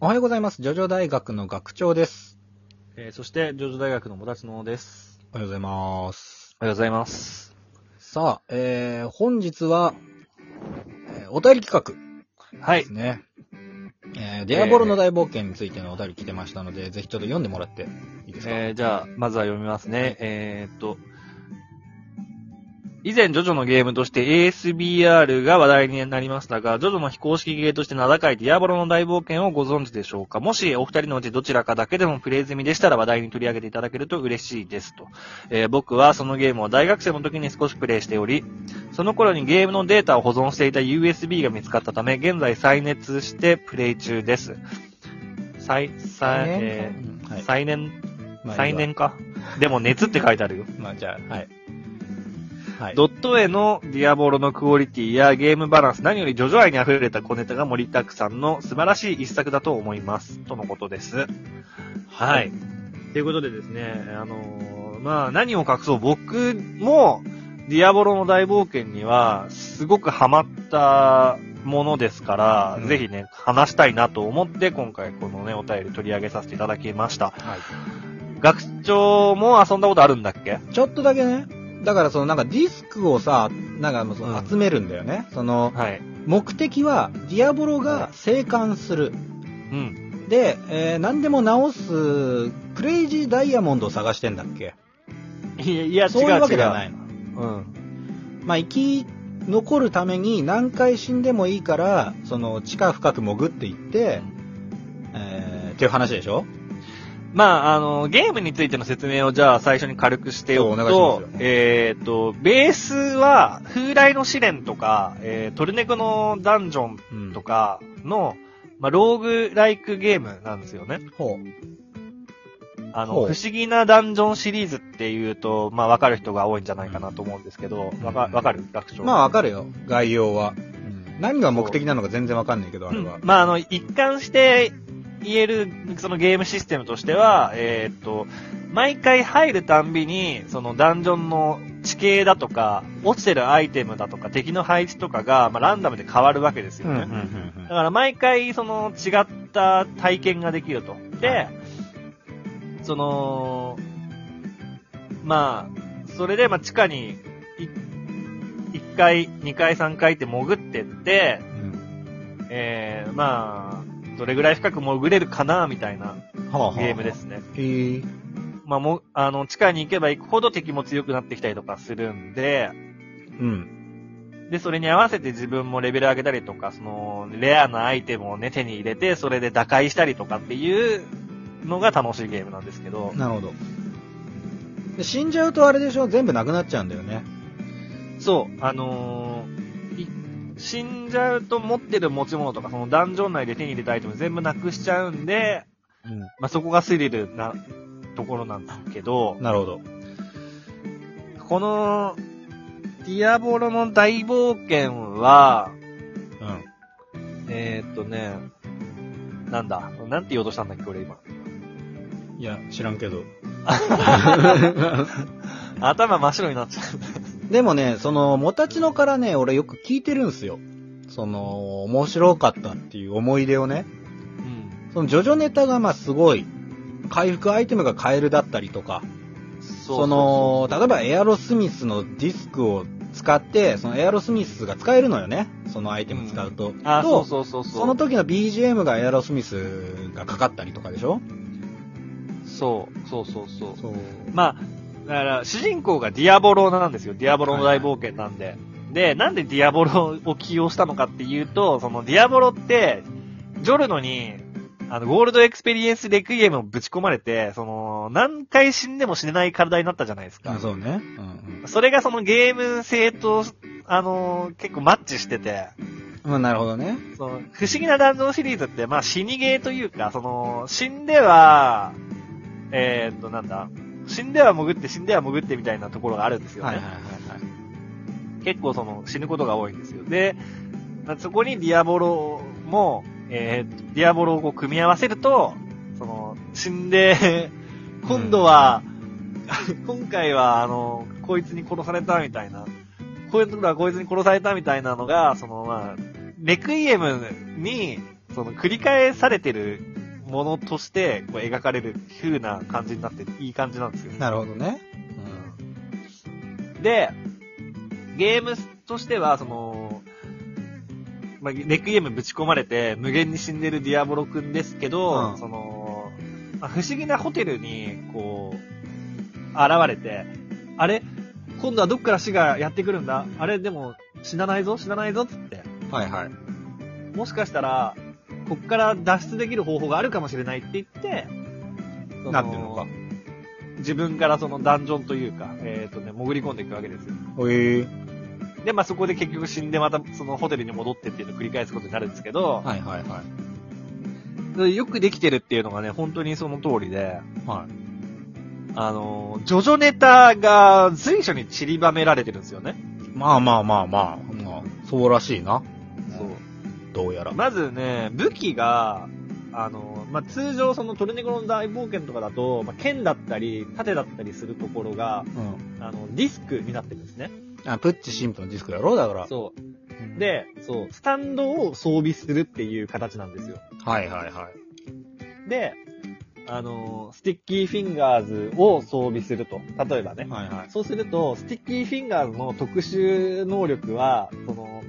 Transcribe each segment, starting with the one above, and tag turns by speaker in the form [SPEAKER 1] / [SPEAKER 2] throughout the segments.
[SPEAKER 1] おはようございます。ジョジョ大学の学長です。
[SPEAKER 2] えーそして、ジョジョ大学のもたつのです。
[SPEAKER 1] おはようございます。
[SPEAKER 2] おはようございます。
[SPEAKER 1] さあ、えー、本日は、えーお便り企
[SPEAKER 2] は
[SPEAKER 1] 画で
[SPEAKER 2] い
[SPEAKER 1] す。ね。えー、デアボロの大冒険についてのお便り来てましたので、ぜひちょっと読んでもらっていいですか、
[SPEAKER 2] えーじゃあ、まずは読みますね。えーっと、以前、ジョジョのゲームとして ASBR が話題になりましたが、ジョジョの非公式ゲーとして名高いディアボロの大冒険をご存知でしょうかもし、お二人のうちどちらかだけでもプレイ済みでしたら話題に取り上げていただけると嬉しいですと。えー僕はそのゲームを大学生の時に少しプレイしており、その頃にゲームのデータを保存していた USB が見つかったため、現在再熱してプレイ中です。再、再、
[SPEAKER 1] ね
[SPEAKER 2] えー
[SPEAKER 1] うんはい。
[SPEAKER 2] 再燃
[SPEAKER 1] まあ
[SPEAKER 2] 再。
[SPEAKER 1] いい
[SPEAKER 2] 燃か。でも熱って書いてあるよ。
[SPEAKER 1] わまあ、じゃあ、はい。はい。
[SPEAKER 2] ドット絵のディアボロのクオリティやゲームバランス、何よりジョジョ愛に溢れた小ネタが盛りだくさんの素晴らしい一作だと思います。とのことです。はい。ということでですね、あのーまあ何を隠そう、僕もディアボロの大冒険にはすごくハマったものですから、
[SPEAKER 1] うん
[SPEAKER 2] ぜひね、話したいなと思って今回このね、お便り取り上げさせていただきました。
[SPEAKER 1] はい
[SPEAKER 2] 学長も遊んだことあるんだっけ
[SPEAKER 1] ちょっとだけね、だからそのなんかディスクをさ、なんかもうその
[SPEAKER 2] うん
[SPEAKER 1] 集めるんだよね。その、
[SPEAKER 2] はい。
[SPEAKER 1] 目的は、ディアボロが生還する。
[SPEAKER 2] うん。
[SPEAKER 1] で、えー何でも直す、クレイジーダイヤモンドを探してんだっけ
[SPEAKER 2] いや、いや。
[SPEAKER 1] そういうわけではないいの。
[SPEAKER 2] うん。
[SPEAKER 1] まあ、生き残るために何回死んでもいいから、その、地下深く潜っていって、えー、っていう話でしょ
[SPEAKER 2] まあ、あの、ゲームについての説明をじゃあ最初に軽くしておく
[SPEAKER 1] そうお
[SPEAKER 2] と
[SPEAKER 1] 願いし、
[SPEAKER 2] えーっ、と、ベースは、風来の試練とか、えートルネコのダンジョン
[SPEAKER 1] うん
[SPEAKER 2] とかの、まあ、ローグライクゲームなんですよね。
[SPEAKER 1] ほ
[SPEAKER 2] あの、不
[SPEAKER 1] ほう
[SPEAKER 2] 思議なダンジョンシリーズっていうと、まあ、わかる人が多いんじゃないかなと思うんですけど、わか、わかる学
[SPEAKER 1] う。
[SPEAKER 2] 長。
[SPEAKER 1] まあ、わかるよ。概要は。うん何が目的なのか全然わかんないけど、あれは
[SPEAKER 2] うん。まあ、あの、一貫して言える、そのゲームシステムとしては、えーっと、毎回入るたんびに、そのダンジョンの地形だとか、落ちてるアイテムだとか、敵の配置とかが、まあ、ランダムで変わるわけですよね。
[SPEAKER 1] うんうんうん
[SPEAKER 2] だから毎回、その違った体験ができると。で、
[SPEAKER 1] はい
[SPEAKER 2] その、まあ、それで、まあ、地下に、い一回、二回、三回って潜ってって、
[SPEAKER 1] うん
[SPEAKER 2] えー、まあ、どれぐらい深く潜れるかな、みたいな
[SPEAKER 1] うんはあはあ
[SPEAKER 2] ゲームで。すね。
[SPEAKER 1] へー
[SPEAKER 2] まあ、もう、あの、地下に行けば行くほど敵も強くなってきたりとかするんで、
[SPEAKER 1] うん。
[SPEAKER 2] で、それに合わせて自分もレベル上げたりとか、その、レアなアイテムをね、手に入れて、それで打開したりとかっていうのが楽しいゲームなんですけど、
[SPEAKER 1] なるほど。で死んじゃうとあれでしょ全部なくなっちゃうんだよね。
[SPEAKER 2] そう、あのーい死んじゃうと持ってる持ち物とか、そのダンジョン内で手に入れたアイテム全部なくしちゃうんで、
[SPEAKER 1] う
[SPEAKER 2] まあ、そこがスリルなところなんですけど
[SPEAKER 1] ん。、なるほど。
[SPEAKER 2] この、ディアボロの大冒険は、
[SPEAKER 1] うん。
[SPEAKER 2] えー、っとね、なんだ、なんて言おうとしたんだっけ、俺今。
[SPEAKER 1] いや、知らんけど。
[SPEAKER 2] 頭真っ白になっちゃう。
[SPEAKER 1] でもね、その、もたちのからね、俺よく聞いてるんすよ。その、面白かったっていう思い出をね。
[SPEAKER 2] うん。
[SPEAKER 1] その、ジョジョネタがまあすごい、回復アイテムがカエルだったりとか、そ
[SPEAKER 2] そ
[SPEAKER 1] の、例えばエアロスミスのディスクを使って、そのエアロスミスが使えるのよね。そのアイテム使うと。
[SPEAKER 2] あ、
[SPEAKER 1] と
[SPEAKER 2] そうそうそうそう。
[SPEAKER 1] その時の BGM がエアロスミスがかかったりとかでしょ
[SPEAKER 2] そう、そうそうそう。
[SPEAKER 1] そう。
[SPEAKER 2] まあ、だから、主人公がディアボロなんですよ。ディアボロの大冒険なんで。で、なんでディアボロを起用したのかっていうと、そのディアボロって、ジョルノに、あの、ゴールドエクスペリエンスレクイエムをぶち込まれて、その、何回死んでも死ねない体になったじゃないですか。
[SPEAKER 1] あそうね。うん
[SPEAKER 2] それがそのゲーム性と、あの、結構マッチしてて、
[SPEAKER 1] うん。まあなるほどね。
[SPEAKER 2] その、不思議なダンジョンシリーズって、まあ、死にゲーというか、その、死んでは、えー、っと、なんだ、死んでは潜って、死んでは潜ってみたいなところがあるんですよ
[SPEAKER 1] はい
[SPEAKER 2] ね。
[SPEAKER 1] はいはいはい。
[SPEAKER 2] 結構その、死ぬことが多いんですよ。で、まあそこにディアボロも、えー、ディアボロをこう組み合わせると、その、死んで、 今度は、 今回は、あの、こいつに殺されたみたいな、こういうところはこいつに殺されたみたいなのが、その、まあ、レクイエムに、その繰り返されてるものとしてこう描かれる風な感じになって、いい感じなんですよ。
[SPEAKER 1] なるほどね。
[SPEAKER 2] で、ゲームとしては、その、まあ、ネックゲームぶち込まれて、無限に死んでるディアボロくんですけど、
[SPEAKER 1] うん
[SPEAKER 2] その、まあ不思議なホテルに、こう、現れて、あれ今度はどっから死がやってくるんだあれでも、死なないぞ死なないぞっつって。
[SPEAKER 1] うん。はいはい。
[SPEAKER 2] もしかしたら、こっから脱出できる方法があるかもしれないって言って、そ
[SPEAKER 1] なんていうのか。
[SPEAKER 2] 自分からそのダンジョンというか、えっ、とね、潜り込んでいくわけですよ。
[SPEAKER 1] ええ
[SPEAKER 2] で、まあ、そこで結局死んでまたそのホテルに戻ってっていうのを繰り返すことになるんですけど、
[SPEAKER 1] はいはいはい。
[SPEAKER 2] よくできてるっていうのがね、本当にその通りで、
[SPEAKER 1] はい。
[SPEAKER 2] あの、ジョジョネタが随所に散りばめられてるんですよね。
[SPEAKER 1] まあまあまあまあ、まあ、そうらしいな。
[SPEAKER 2] そう。
[SPEAKER 1] どうやら。
[SPEAKER 2] まずね、武器が、あの、まあ、通常そのトルネコの大冒険とかだと、まあ、剣だったり、盾だったりするところが、
[SPEAKER 1] うん。
[SPEAKER 2] あの、ディスクになってるんですね。
[SPEAKER 1] あ、プッチ神父のディスクやろだから。
[SPEAKER 2] そうう。
[SPEAKER 1] ん、
[SPEAKER 2] で、そう、スタンドを装備するっていう形なんですよ。
[SPEAKER 1] はいはいはい。
[SPEAKER 2] で、あのースティッキーフィンガーズを装備すると。例えばね。
[SPEAKER 1] はいはい。
[SPEAKER 2] そうすると、スティッキーフィンガーズの特殊能力は、その、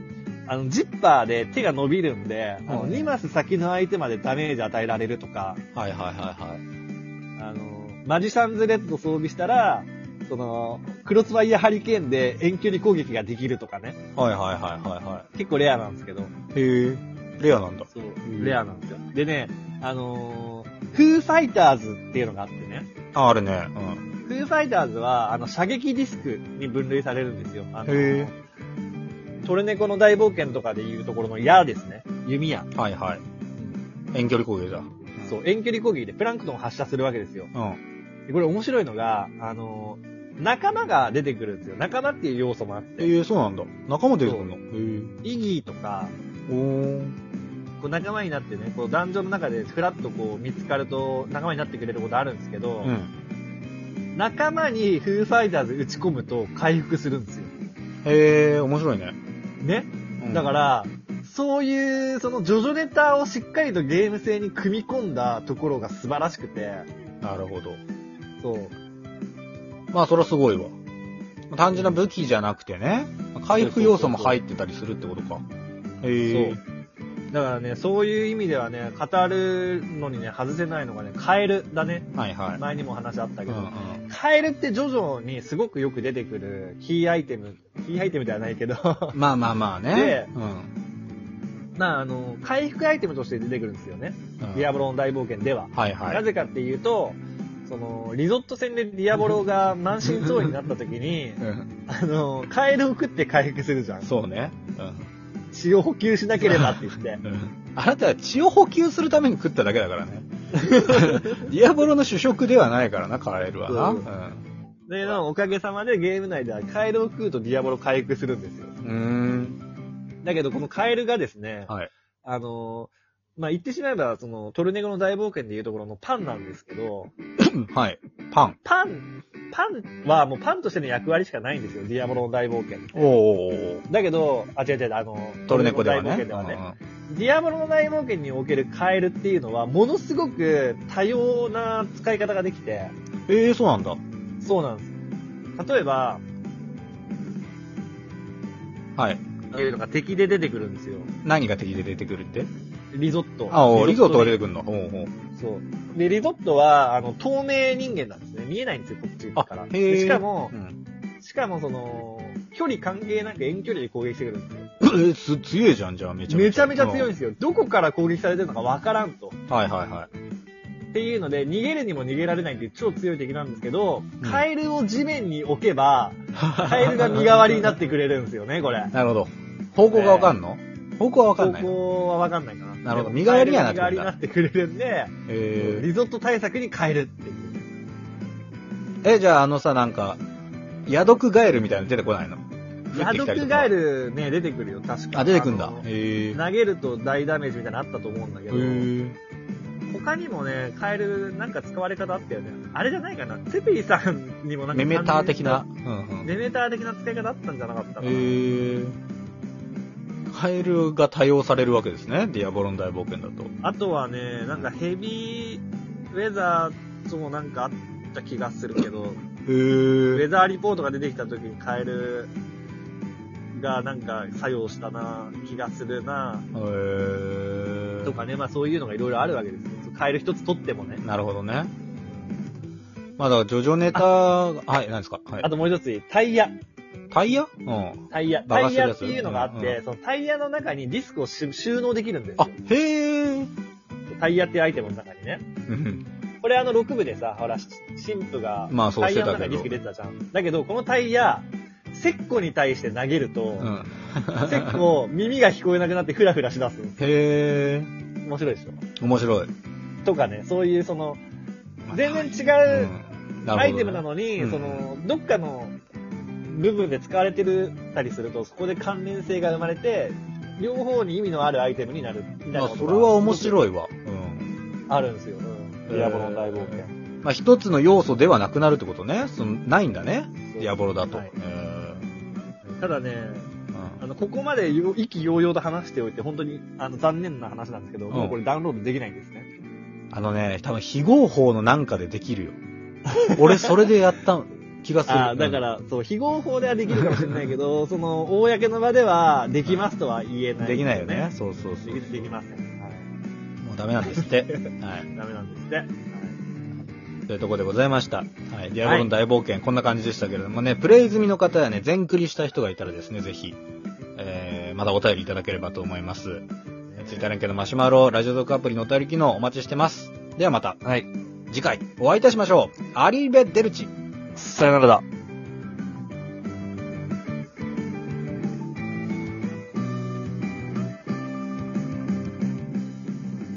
[SPEAKER 2] あの、ジッパーで手が伸びるんで、あの、
[SPEAKER 1] うん
[SPEAKER 2] 2マス先の相手までダメージ与えられるとか、
[SPEAKER 1] はいはいはいはい。
[SPEAKER 2] あのーマジシャンズレッド装備したら、その、クロスワイヤーハリケーンで遠距離攻撃ができるとかね。
[SPEAKER 1] はいはいはいはいは
[SPEAKER 2] 結構レアなんですけど。
[SPEAKER 1] い。へえ。レアなんだ。
[SPEAKER 2] そう、
[SPEAKER 1] ん
[SPEAKER 2] レアなんですよ。でね、あのーフーファイターズっていうのがあってね。
[SPEAKER 1] あ、あるね。うん。
[SPEAKER 2] フーファイターズは、あの、射撃ディスクに分類されるんですよ。あの
[SPEAKER 1] へえ
[SPEAKER 2] トルネコの大冒険とかでいうところの矢ですね。弓矢。
[SPEAKER 1] はいはい。遠距離攻撃だ。
[SPEAKER 2] そう、遠距離攻撃でプランクトンを発射するわけですよ。
[SPEAKER 1] うん。
[SPEAKER 2] でこれ面白いのが、あの、仲間が出てくるんですよ。仲間っていう要素もあっ
[SPEAKER 1] え
[SPEAKER 2] て。
[SPEAKER 1] えそうなんだ。仲間出てくるのへ
[SPEAKER 2] イギーとか、
[SPEAKER 1] え。おー。
[SPEAKER 2] こう仲間になってね、こうダンジョンの中でフラッとこう見つかると仲間になってくれることあるんですけど、
[SPEAKER 1] うん。
[SPEAKER 2] 仲間にフーファイターズ打ち込むと回復するんですよ。
[SPEAKER 1] へえ、面白いね。、
[SPEAKER 2] ねだからら、そういう、その、ジョジョネタをしっかりとゲーム性に組み込んだところが素晴らしくて、
[SPEAKER 1] なるほど。
[SPEAKER 2] そう。
[SPEAKER 1] まあ、それはすごいわ。単純な武器じゃなくてね、回復要素も入ってたりするってことか。へえ。
[SPEAKER 2] そう。だからね、そういう意味ではね、語るのにね、外せないのがね、カエルだね。
[SPEAKER 1] はいはい。
[SPEAKER 2] 前にも話あったけ
[SPEAKER 1] う
[SPEAKER 2] ど、
[SPEAKER 1] んうん。
[SPEAKER 2] カエルってジョジョにすごくよく出てくるキーアイテム、キーアイテムではないけど、
[SPEAKER 1] まあまあまあ
[SPEAKER 2] で
[SPEAKER 1] ね。うん。
[SPEAKER 2] まあ、あの、回復アイテムとして出てくるんですよね。
[SPEAKER 1] うん
[SPEAKER 2] ディアボロの大冒険では。
[SPEAKER 1] はいはい。
[SPEAKER 2] なぜかっていうと、その、リゾット戦でディアボロが満身創痍になった時 に、
[SPEAKER 1] うん
[SPEAKER 2] あの、カエルを食って回復するじゃん。
[SPEAKER 1] そうね。
[SPEAKER 2] 血を補給しなければって言って。
[SPEAKER 1] うん。あなたは血を補給するために食っただけだから ね。ディアボロの主食ではないからな、カエルはな。
[SPEAKER 2] そう で、なんかおかげさまでゲーム内ではカエルを食うとディアボロ回復するんですよ。
[SPEAKER 1] うん。うーん。
[SPEAKER 2] だけど、このカエルがですね、
[SPEAKER 1] はい。
[SPEAKER 2] あの、まあ、言ってしまえば、その、トルネコの大冒険でいうところのパンなんですけど、
[SPEAKER 1] うんはい。パン。
[SPEAKER 2] パン、パンはもうパンとしての役割しかないんですよ、ディアボロの大冒険。
[SPEAKER 1] おーおーおー
[SPEAKER 2] だけど、あ、違う違う、あの、
[SPEAKER 1] トルネコでは
[SPEAKER 2] トル
[SPEAKER 1] ね。
[SPEAKER 2] ネコの大冒険ではね。ディアボロの大冒険におけるカエルっていうのは、ものすごく多様な使い方ができて、
[SPEAKER 1] うんええ、そうなんだ。
[SPEAKER 2] そうなんです。例えば、
[SPEAKER 1] はい。
[SPEAKER 2] ああいうのが敵で出てくるんですよ。
[SPEAKER 1] 何が敵で出てくるって
[SPEAKER 2] リゾット。
[SPEAKER 1] あ、おーリゾットが
[SPEAKER 2] で
[SPEAKER 1] 出てくるの。おうおう
[SPEAKER 2] そう。で、リゾットは、あの、透明人間なんですね。見えないんですよ、こっちから。
[SPEAKER 1] あへー
[SPEAKER 2] でしかも
[SPEAKER 1] う、ん。
[SPEAKER 2] しかもその、距離関係なく遠距離で攻撃してくるんです よ。
[SPEAKER 1] え、す、強いじゃん、じゃあ、めちゃめ
[SPEAKER 2] め
[SPEAKER 1] ち
[SPEAKER 2] ち
[SPEAKER 1] ゃ。
[SPEAKER 2] ゃめちゃ強いんですよ。どこから攻撃されてるのかわからんと。
[SPEAKER 1] うん。はいはいはい。
[SPEAKER 2] っていうので、逃げるにも逃げられないっていう超強い敵なんですけど、
[SPEAKER 1] うん
[SPEAKER 2] カエルを地面に置け ば、カエルが身代わりになってくれるんですよね、これ。
[SPEAKER 1] なるほど。方向がわかんの方向はわかんない
[SPEAKER 2] 方。向はわかんないか
[SPEAKER 1] な
[SPEAKER 2] な。
[SPEAKER 1] るほど
[SPEAKER 2] でも
[SPEAKER 1] 身代わりにはなって
[SPEAKER 2] カ
[SPEAKER 1] く
[SPEAKER 2] エ
[SPEAKER 1] るんだ
[SPEAKER 2] ルが身代わりになってくれるんで、
[SPEAKER 1] え
[SPEAKER 2] リゾット対策に変えるっていう。
[SPEAKER 1] ー、え、じゃああのさ、なんか、ヤドクガエルみたいなの出てこないの
[SPEAKER 2] ヤドクガエ
[SPEAKER 1] ル。
[SPEAKER 2] ルね、出てくるよ、確か。
[SPEAKER 1] あ、出てくんだ
[SPEAKER 2] あ。の
[SPEAKER 1] へえー。
[SPEAKER 2] 投げると大ダメージみたいなのあったと思うんだけ
[SPEAKER 1] へ
[SPEAKER 2] ど、
[SPEAKER 1] ー
[SPEAKER 2] 他にもね、カエルなんか使われ方あったよね。あれじゃないかな、セピリさんにもなんか。
[SPEAKER 1] メメター的な。。うんうん。
[SPEAKER 2] メメター的な使い方あったんじゃなかったか
[SPEAKER 1] え
[SPEAKER 2] な。
[SPEAKER 1] ー。ファイルが多用されるわけですね。ディアボロン大冒険だと。
[SPEAKER 2] あとはね、なんかヘビーウェザーズもなんかあった気がするけど、
[SPEAKER 1] へ
[SPEAKER 2] ウェ
[SPEAKER 1] ー。
[SPEAKER 2] ザーリポートが出てきた時にカエルがなんか作用したな、気がするな、
[SPEAKER 1] へー
[SPEAKER 2] とかね、まあそういうのがいろいろあるわけですよ。カエル一つ取ってもね。
[SPEAKER 1] なるほどね。まあだから、ジョジョネタが、はい、何ですかはい
[SPEAKER 2] あ。ともう一つ、タイヤ。
[SPEAKER 1] タイヤうん。
[SPEAKER 2] タイヤ。
[SPEAKER 1] バカ
[SPEAKER 2] タイ
[SPEAKER 1] する
[SPEAKER 2] ヤ
[SPEAKER 1] や
[SPEAKER 2] っ
[SPEAKER 1] つ
[SPEAKER 2] ていうのがあって、
[SPEAKER 1] う
[SPEAKER 2] そのタイヤの中にディスクをし収納できるんです
[SPEAKER 1] あ
[SPEAKER 2] よ。、
[SPEAKER 1] へー。
[SPEAKER 2] タイヤっていうアイテムの中にね。
[SPEAKER 1] うん
[SPEAKER 2] これあの6部でさ、ほら、し神父が
[SPEAKER 1] まあそう
[SPEAKER 2] タ
[SPEAKER 1] し
[SPEAKER 2] イ
[SPEAKER 1] て
[SPEAKER 2] ヤの
[SPEAKER 1] た
[SPEAKER 2] 中
[SPEAKER 1] け
[SPEAKER 2] にディ
[SPEAKER 1] ど
[SPEAKER 2] スク。入れてたじゃん。だけど、このタイヤ、セッコに対して投げると、
[SPEAKER 1] うん。
[SPEAKER 2] セッコ耳が聞こえなくなってフラフラしだすんです
[SPEAKER 1] へー。
[SPEAKER 2] 面白いでしょ
[SPEAKER 1] 面白い。
[SPEAKER 2] とかね、そういうその、全然違
[SPEAKER 1] う
[SPEAKER 2] う
[SPEAKER 1] ん
[SPEAKER 2] アイテムな
[SPEAKER 1] の。
[SPEAKER 2] のに、
[SPEAKER 1] うん
[SPEAKER 2] その、どっかの部分で使われてるたりすると、そこで関連性が生まれて、両方に意味のあるアイテムになるみたいな
[SPEAKER 1] まあ、
[SPEAKER 2] こと
[SPEAKER 1] そ
[SPEAKER 2] が
[SPEAKER 1] れは面白いわ。うん。
[SPEAKER 2] あるんですよ。うん。ディアボロの大冒険。
[SPEAKER 1] まあ、一つの要素ではなくなるってことね。その、ないんだね。ディアボロだと。
[SPEAKER 2] はい
[SPEAKER 1] へー
[SPEAKER 2] ただね、
[SPEAKER 1] うん
[SPEAKER 2] あの、ここまでよ意気揚々と話しておいて、本当に、あの、残念な話なんですけど、
[SPEAKER 1] うん
[SPEAKER 2] もうこれダウンロードできないんですね。
[SPEAKER 1] あのね、多分非合法のなんかでできるよ。俺、それでやった気がする。
[SPEAKER 2] ああ、だから、そう、非合法ではできるかもしれないけ ど、その、公の場では、できますとは言え
[SPEAKER 1] う、
[SPEAKER 2] なんい、
[SPEAKER 1] できないよね。。そうそうそ
[SPEAKER 2] で
[SPEAKER 1] う。
[SPEAKER 2] き、できません。はい。
[SPEAKER 1] もうダメなんです って。はい。
[SPEAKER 2] ダメなんですって。はい。
[SPEAKER 1] というところでございました。はい。ディアボロの大冒険、こんな感じでしたけれどもね、プレイ済みの方やね、全クリした人がいたらですね、ぜひ、えー、まだお便りいただければと思います。ツイッター連携のマシュマロ、ラジオドクアプリのお便り機能お待ちしてます。ではまた、
[SPEAKER 2] はい。
[SPEAKER 1] 次回お会いいたしましょう。アリーベ・デルチ。
[SPEAKER 2] さよならだ。